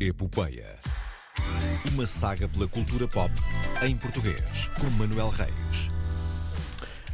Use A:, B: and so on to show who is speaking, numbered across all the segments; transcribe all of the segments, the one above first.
A: Epopeia. Uma saga pela cultura pop em português, com Manuel Reis.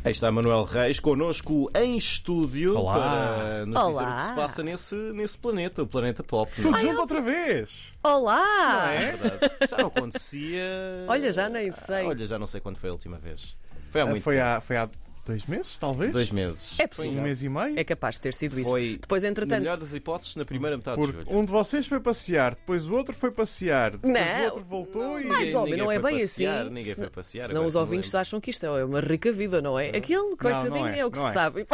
B: Aí está Manuel Reis connosco em estúdio
C: Olá.
B: para nos dizer
D: Olá.
B: o que se passa nesse, nesse planeta, o planeta pop.
C: Tudo junto outra vez!
D: Olá!
B: é verdade. Já não acontecia.
D: Olha, já nem sei.
B: Olha, já não sei quando foi a última vez. Foi há muito
C: foi,
B: tempo.
C: há, foi há dois meses, talvez?
B: Dois meses.
D: É
C: um
D: possível.
C: mês e meio?
D: É capaz de ter sido isso.
B: Foi,
D: Depois,
B: na
D: entretanto.
B: melhor das hipóteses, na primeira metade tá de
C: Porque
B: julho.
C: um de vocês foi passear, depois o outro foi passear, depois
D: Não.
C: o outro voltou
D: Mais
C: e.
B: Ninguém-
D: ou menos,
B: ninguém
D: não é
B: foi
D: bem
B: passear,
D: assim.
B: Ninguém
D: Se-
B: foi passear.
D: Senão
B: agora
D: os
B: que me
D: ouvintes
B: lembro.
D: acham que isto é uma rica vida, não é? Aquele coitadinho
C: não
D: é,
C: é,
D: o que
C: não
D: se
C: é.
D: sabe.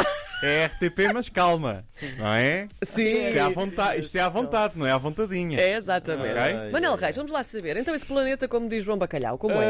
C: É RTP, mas calma, não é? Isto é à
D: Sim.
C: vontade, isto é à vontade não é à vontadinha.
D: É, exatamente.
C: Ok.
D: Manel Reis, vamos lá saber. Então, esse planeta, como diz João Bacalhau, como é?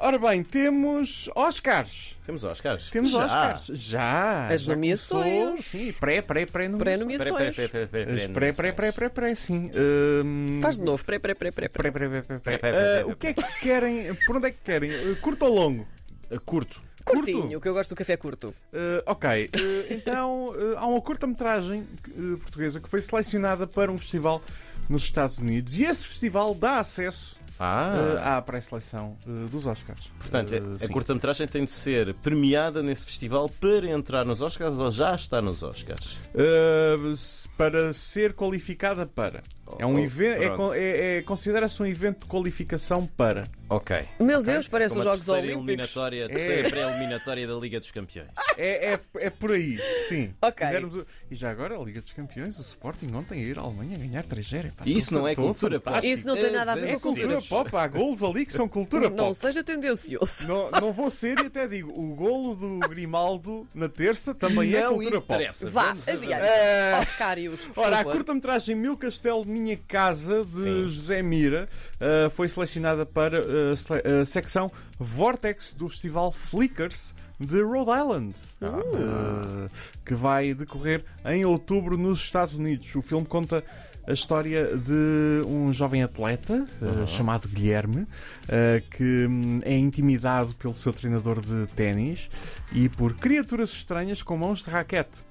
C: Ah, ora bem, temos Oscars.
B: Temos Oscars.
C: Temos
B: já.
C: Oscars. Já.
D: As
C: já começou.
D: nomeações.
C: Sim, pré, pré, pré, nomeações.
B: Espera, espera, espera,
D: Pré-nomeações.
B: espera, espera,
C: As
B: espera,
C: pré, pré, pré, pré, pré, sim. Ah,
D: Faz de novo. Pré, pré, pré, pré, pré.
C: Pré, pré, pré, pré,
B: Pré,
C: pré.
B: pré, pré,
C: Ah,
B: pré,
C: o que é que querem? Por onde é que querem? Ah, curto ou longo?
B: Uh, Curto.
D: Curtinho, que eu gosto do café curto.
C: Ah, ok, Ah, então ah, há uma curta-metragem ah, portuguesa que foi selecionada para um festival nos Estados Unidos e esse festival dá acesso
B: Ah,
C: ah, à pré-seleção ah, dos Oscars.
B: Portanto, é,
C: Ah,
B: a- a
C: sim.
B: curta-metragem tem de ser premiada nesse festival para entrar nos Oscars ou já está nos Oscars?
C: Ah, se- para ser qualificada para. É um
B: Oh,
C: evento. é
B: pronto.
C: con- É, é- Considera-se um evento de qualificação para.
B: Ok.
D: Meu Deus, parece
B: Como
D: os
B: a
D: Jogos
B: terceira
D: Olímpicos.
B: eliminatória, a
C: É.
B: terceira pré-eliminatória da Liga dos Campeões.
C: É, é, é por aí, sim. Se
D: Ok.
C: quisermos o- E já agora a Liga dos Campeões, o Sporting ontem a ir à Alemanha a ganhar 3-0. Epá,
B: E isso
C: tô-
B: não é
C: tô
B: cultura pop.
C: então fantástico.
D: Isso não tem nada a ver com
C: É cultura
D: Sim.
C: pop, há golos ali que são cultura
D: Não
C: pop.
D: seja tendencioso.
C: Não, não vou ser e até digo, o golo do Grimaldo na terça também é
B: Não
C: cultura
B: interessa.
D: Vá,
B: Vamos
D: adiante.
B: avançar.
C: É.
D: Oscários, por
C: pop. Ora, a
D: favor.
C: curta-metragem Meu Castelo Minha Casa, de
B: Sim.
C: José Mira, ah, foi selecionada para ah, sele- a secção Vortex do Festival Flickers de Rhode Island, ah, que vai decorrer em outubro nos Estados Unidos. O filme conta a história de um jovem atleta eh, chamado Guilherme eh, que hum, é intimidado pelo seu treinador de ténis e por criaturas estranhas com mãos de raquete.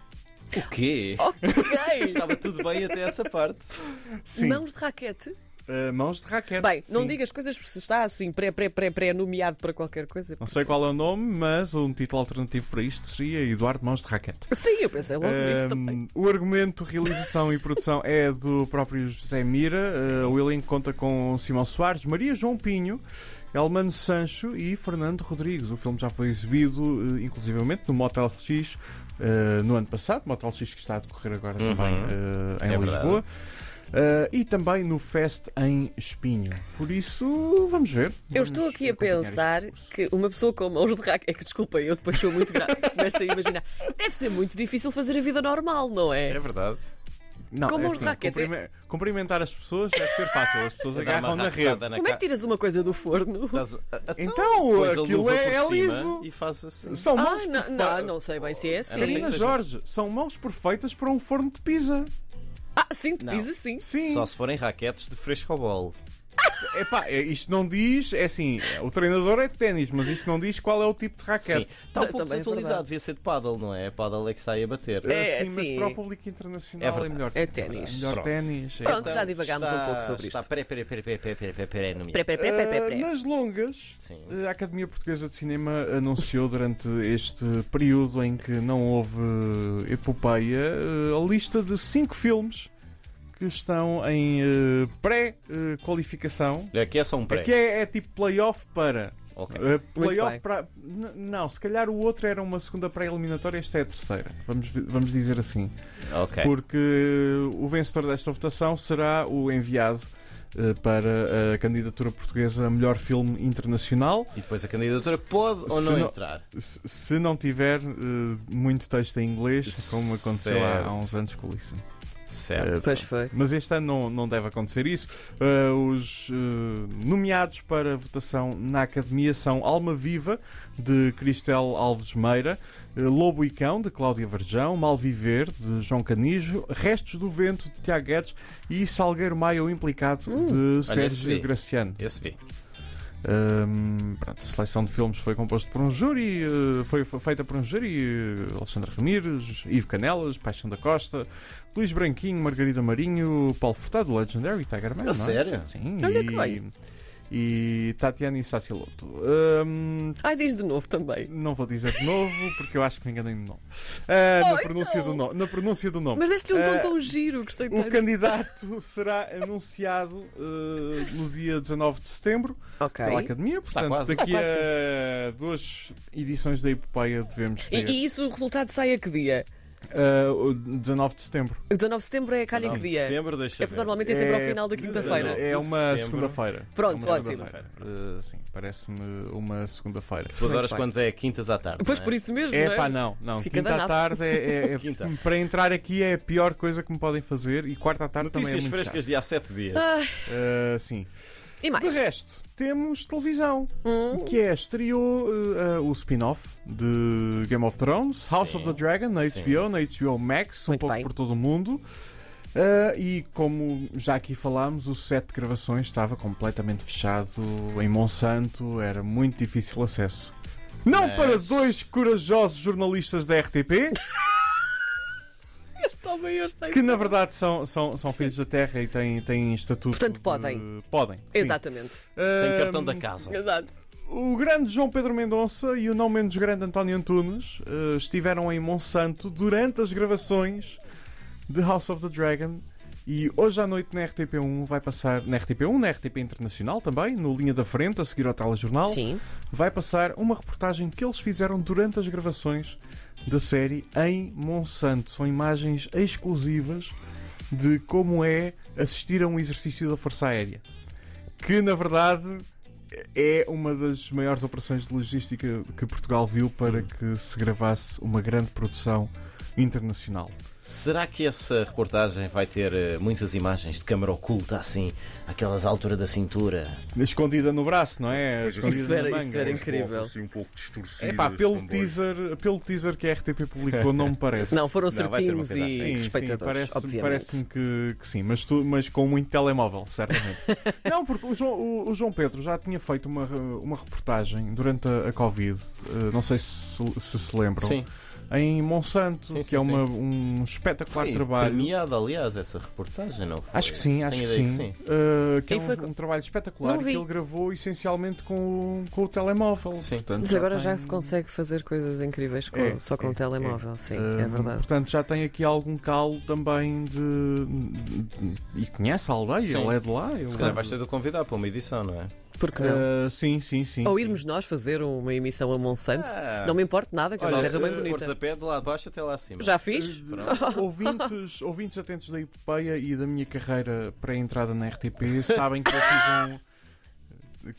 B: O quê?
D: Ok.
B: Estava tudo bem até essa parte.
C: Sim,
D: Mãos de raquete.
C: eh, mãos de raquete.
D: Bem, não
C: sim.
D: diga as coisas porque se está assim pré, pré, pré, pré nomeado para qualquer coisa.
C: Não sei qual é o nome, mas um título alternativo para isto seria Eduardo Mãos de Raquete.
D: Sim, eu pensei logo nisso também.
C: Hum, o argumento, realização e produção é do próprio José Mira. Uh, o elenco conta com Simão Soares, Maria João Pinho, Elmano Sancho e Fernando Rodrigues. O filme já foi exibido, uh, inclusivamente, no Motel X uh, no ano passado. Motel X que está a decorrer agora também uh, em
B: Uhum. É verdade.
C: Lisboa. Uh, e também no Fest em Espinho. Por isso, vamos ver. é
D: Eu estou aqui a pensar que uma pessoa com mãos de raquete. É que desculpa, eu depois sou muito grave. Começo a imaginar. Deve ser muito difícil fazer a vida normal, não
B: É
D: é?
B: verdade.
C: Não,
D: Como
C: é
D: um
C: assim,
D: raquete.
C: cumprime- Cumprimentar as pessoas deve ser fácil. As pessoas
B: Dá uma
C: agarram na rede.
B: raquetada na
D: Como é que
B: cara.
D: tiras uma coisa do forno?
B: Dás- a- a-
C: Então,
B: pões a
C: aquilo
B: luva
C: é, é
B: por cima
C: liso.
B: E faz assim.
C: São
D: Ah,
C: mãos
D: não,
C: perfe-
D: não, não sei bem se é assim.
B: Sim,
C: Carina
B: seja-
C: Jorge, são mãos perfeitas para um forno de pizza.
D: Ah, sim, te
B: Não.
D: diz assim.
C: Sim.
B: Só se forem raquetes de frescobol.
C: Epá, é- isto não diz, é assim, o treinador é de ténis, mas isto não diz qual é o tipo de
B: Sim.
C: raquete.
B: Está um pouco
D: Também é
B: desatualizado.
D: verdade.
B: Devia ser de paddle, não é? Paddle é que está aí a bater.
D: É,
C: Sim, assim, mas
D: sim.
C: para o público
B: É
C: internacional é,
B: verdade.
C: melhor.
D: É ténis.
C: Melhor
B: Pronto.
C: ténis. é.
D: Pronto, já divagámos
B: Então, está-
D: um pouco sobre
B: Está
D: isto.
B: pera, pera, pera, pera, pera, pera, pera, no
D: Pré,
B: mínimo.
D: pré, pré, pré, pré,
C: Ah,
D: pré.
C: Nas longas,
B: Sim.
C: a Academia Portuguesa de Cinema anunciou durante este período em que não houve eh, epopeia eh, a lista de cinco filmes que estão em eh, pré-qualificação.
B: Aqui é só um pré.
C: Aqui é, é tipo playoff para.
B: Ok.
C: Eh,
D: bem.
C: playoff para. N- Não, se calhar o outro era uma segunda pré-eliminatória, esta é a terceira. Vamos, vi- vamos dizer assim.
B: Ok.
C: Porque o vencedor desta votação será o enviado eh, para a candidatura portuguesa a melhor filme internacional.
B: E depois a candidatura pode ou
C: Se
B: não,
C: não-
B: entrar.
C: Se, se não tiver eh, muito texto em inglês, como aconteceu há,
B: Certo.
C: há uns anos com o Listen.
B: Certo.
D: Pois foi.
C: Mas este ano não, não deve acontecer isso. Eh, os eh, nomeados para votação na Academia são Alma Viva, de Cristel Alves Meira, eh, Lobo e Cão, de Cláudia Varjão, Malviver, de João Canijo, Restos do Vento, de Tiago Guedes e Salgueiro Maio Implicado, de
B: esse
C: Sérgio
B: vi.
C: Graciano.
B: Esse vi.
C: Ahm, pronto, a seleção de filmes foi composta por um júri, eh, foi, foi feita por um júri, eh, Alexandre Ramires, Ivo Canelas, Paixão da Costa, Luís Branquinho, Margarida Marinho, Paulo Furtado, Legendary, Tiger Man.
B: A
C: não é?
B: sério?
C: Sim.
D: Olha
C: e,
D: que bem.
C: E Tatiana Insaciloto.
D: Ai, diz de novo também.
C: não vou dizer de novo, porque eu acho que me enganei de nome. Ah, na, pronúncia do no- na pronúncia do nome.
D: Oh, então. Mas deste-lhe um tom
C: Ah,
D: tão giro, gostei
C: O
D: tanto.
C: candidato será anunciado eh, no dia 19 de setembro
D: Ok.
C: pela Academia. Portanto,
B: quase.
C: daqui
D: Tá Está quase,
C: a duas edições da Epopeia devemos
D: E,
C: ter.
D: e isso, o resultado sai a que dia?
C: Eh, o 19 de setembro.
D: O 19 de setembro é calha em que
B: 19 de
D: dia?
B: setembro, deixa
D: É porque
B: ver.
D: normalmente é sempre ao final da quinta-feira.
B: 19.
C: É uma
B: Setembro.
C: segunda-feira.
D: Pronto,
C: É uma
D: ótimo.
C: segunda-feira. Eh, sim, parece-me uma segunda-feira.
B: Tu adoras
D: Muito bem.
B: quando é quintas à tarde.
D: Pois
B: não é?
D: por isso mesmo,
C: É
D: não é?
C: pá, não, não.
D: Fica
C: Quinta à
D: danado.
C: tarde é, é- é-
B: Quinta.
C: para entrar aqui é a pior coisa que me podem fazer e quarta à tarde
B: Notícias
C: também é muito
B: frescas de há sete dias.
D: Ah,
C: chato. Eh, sim.
D: E mais?
C: De resto, temos televisão,
D: Hum.
C: que é estreou eh, eh, o spin-off de Game of Thrones, House
B: Sim,
C: of the Dragon, na
B: sim.
C: HBO, na HBO Max, um
D: Muito
C: pouco
D: bem.
C: por todo o mundo. Eh, e como já aqui falámos, o set de gravações estava completamente fechado em Monsanto, era muito difícil acesso. Não
B: Mas-
C: para dois corajosos jornalistas da RTP,
D: Toma, eu sei.
C: que na verdade são, são, são filhos da terra e têm, têm estatuto.
D: Portanto,
C: de-
D: podem.
C: Podem. sim.
D: Exatamente.
B: Tem
C: Eh,
B: cartão da casa.
D: Exato.
C: O grande João Pedro Mendonça e o não menos grande António Antunes eh, estiveram em Monsanto durante as gravações de House of the Dragon e hoje à noite na RTP1 vai passar, na RTP1, na RTP Internacional também, no Linha da Frente, a seguir ao telejornal,
D: Sim.
C: vai passar uma reportagem que eles fizeram durante as gravações da série em Monsanto. São imagens exclusivas de como é assistir a um exercício da Força Aérea. Que na verdade é uma das maiores operações de logística que Portugal viu para que se gravasse uma grande produção internacional.
B: Será que essa reportagem vai ter eh, muitas imagens de câmara oculta, assim, aquelas à altura da cintura?
C: Escondida no braço, não é? Escondida
D: Isso era-
C: na manga.
D: isso era incrível.
E: Assim, um pouco distorcidas,
C: Epá, pelo
E: também.
C: teaser, pelo teaser que a RTP publicou, não me parece.
D: Não, foram
B: Não, vai ser uma
D: certinhos
B: coisa
D: e
B: assim.
C: Sim, sim,
D: respeitadores,
C: parece,
D: obviamente.
C: parece-me que, que sim, mas, tu- mas com muito telemóvel, certamente. não, porque o João, o- o João Pedro já tinha feito uma, uma reportagem durante a, a Covid, eh, não sei se se, se lembram, em Monsanto,
B: Sim,
C: que
B: sim,
C: é uma- um espetacular
B: Foi
C: trabalho.
B: premiada, aliás, essa reportagem, não foi?
C: Acho que sim, acho
B: Tenho
C: que
B: ideia
C: sim.
B: que
C: Eh, que é
D: Quem foi
C: um,
D: co-
C: um trabalho espetacular
D: Não vi.
C: que ele gravou essencialmente com, o- com o telemóvel.
B: Sim.
C: portanto,
D: Mas agora já
C: tem-
D: se consegue fazer coisas incríveis com-
C: É,
D: só com
C: é,
D: o telemóvel, sim,
C: Hum,
D: é verdade.
C: Portanto, já tem aqui algum calo também de. de- E conhece a aldeia,
B: Sim.
C: ele é de lá. eu-
B: Se calhar vais ter de o convidar para uma edição, não é?
D: Porque não?
C: Ah, sim, sim, sim.
D: Ou
C: sim.
D: irmos nós fazer um- uma emissão a Monsanto,
B: Ah.
D: não me importa nada, que é
B: Só
D: uma
B: se
D: terra bem
B: fores
D: bonita.
B: a pé de lá de baixo até lá acima.
D: Já fiz?
C: Ouvintes, ouvintes atentos da epopeia e da minha carreira pré-entrada na RTP sabem que eu fiz um.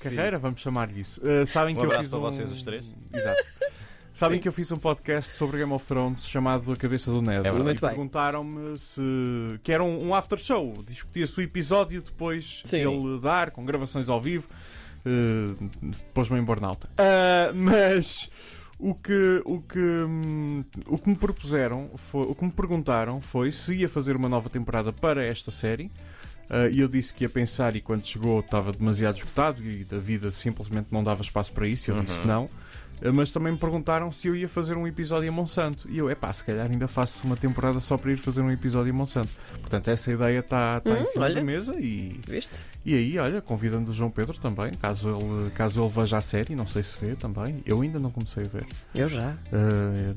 C: Carreira, vamos chamar-lhe isso. Ah, sabem
B: Um
C: que eu
B: abraço
C: fiz
B: para
C: um...
B: vocês os três.
C: Exato. Sabem
B: Sim.
C: que eu fiz um podcast sobre Game of Thrones chamado A Cabeça do Ned.
B: É verdade.
D: Muito
C: e
D: bem.
C: perguntaram-me se. que era um, um after show. Discutia-se o episódio depois de
D: Sim.
C: ele dar, com gravações ao vivo. Uh, Pôs-me em burnout. Ah, mas o que, o, que, hum, o que me propuseram, foi, o que me perguntaram foi se ia fazer uma nova temporada para esta série. Ah, E eu disse que ia pensar e quando chegou estava demasiado esgotado e da vida simplesmente não dava espaço para isso. Eu
D: Uhum.
C: disse não. Ah, Mas também me perguntaram se eu ia fazer um episódio a Monsanto. E eu, epá, se calhar ainda faço uma temporada só para ir fazer um episódio a Monsanto. Portanto, essa ideia está está
D: Hum,
C: em cima
D: olha.
C: da mesa e,
D: Viste?
C: e aí, olha, convidando o João Pedro também, caso ele, caso ele veja a série, não sei se vê também. Eu ainda não comecei a ver.
D: Eu já.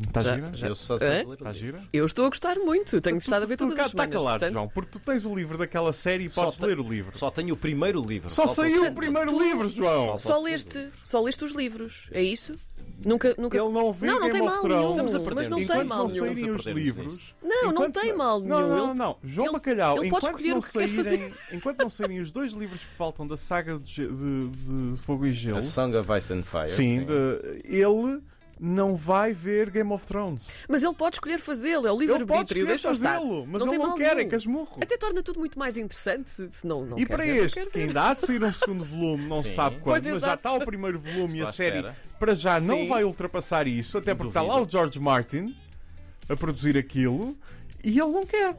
C: Está
D: Já-
C: Ah, tá gira?
D: já-
B: Eu só
D: É?
C: Está gira?
D: Eu estou a gostar muito, tenho estado a ver
C: Tu
D: todas
C: cá
D: as
C: está
D: semanas.
C: Então, tá calado,
D: portanto,
C: João, porque tu tens o livro daquela série e
B: Só
C: podes
B: te-
C: ler o livro. Só,
B: Só tenho o primeiro livro. Falta
C: saiu o
D: Santo.
C: primeiro
D: Tu-
C: livro, João!
B: Falta-
D: Só leste, só leste os livros, é isso? Nunca, nunca.
C: Ele não viu
D: Não, não
C: Game
D: tem
C: of
D: mal
C: Thrones.
D: nenhum.
B: Estamos a perder
D: Mas não
B: nisto.
D: tem
C: Enquanto
D: mal
C: não
B: nenhum.
C: saírem
B: Estamos
C: os
B: a perder-nos
C: livros.
D: Não, não
C: enquanto-
D: tem mal nenhum.
C: Não,
D: Ele-
C: não, não. João
D: ele-
C: Bacalhau,
D: ele pode
C: enquanto,
D: escolher
C: não
D: o que quer
C: saírem, enquanto não saírem os dois livros que faltam da saga de, ge- de- de Fogo e Gelo,
B: A Song of Ice and Fire.
C: sim, de- ele não vai ver Game of Thrones.
D: Mas ele pode escolher fazê-lo, é o
C: Ele pode
D: livre-arbítrio,
C: escolher
D: deixa estar.
C: fazê-lo, mas
D: Não
C: ele
D: tem
C: não
D: mal
C: quer, é
D: nenhum.
C: casmurro.
D: Até torna tudo muito mais interessante se não, não
C: E
D: quer
C: para
D: ver, não
C: este,
D: quer
C: que
D: ver.
C: ainda há de sair um segundo volume, não se
B: Sim.
C: sabe
D: Pois,
C: quando, mas já
D: exato.
C: está o primeiro volume e
B: Estou
C: a
B: à
C: série
B: espera.
C: para já não
D: Sim.
C: vai ultrapassar isso, até porque está lá
B: Duvido.
C: o George Martin a produzir aquilo e ele não quer.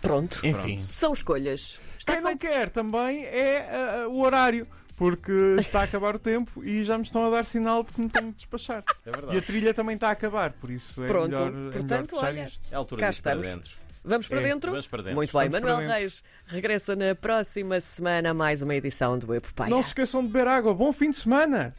D: Pronto.
C: Enfim.
D: São escolhas. Está
C: Quem não
D: feito.
C: quer também é ah, ah, o horário. porque está a acabar o tempo e já me estão a dar sinal porque me tenho de despachar.
B: É
C: E a
B: verdade.
C: trilha também está a acabar, por isso é
D: Pronto,
C: melhor, é melhor
D: portanto,
C: fechar
D: olha,
C: isto.
B: É a altura
D: Cá
B: de ir para
D: estamos.
B: dentro.
D: Vamos para,
C: É,
D: dentro?
B: vamos para dentro.
D: Muito bem,
C: Vamos para
D: Manuel
C: dentro.
D: Reis regressa na próxima semana a mais uma edição do Epopeia.
C: Não se esqueçam de beber água. Bom fim de semana!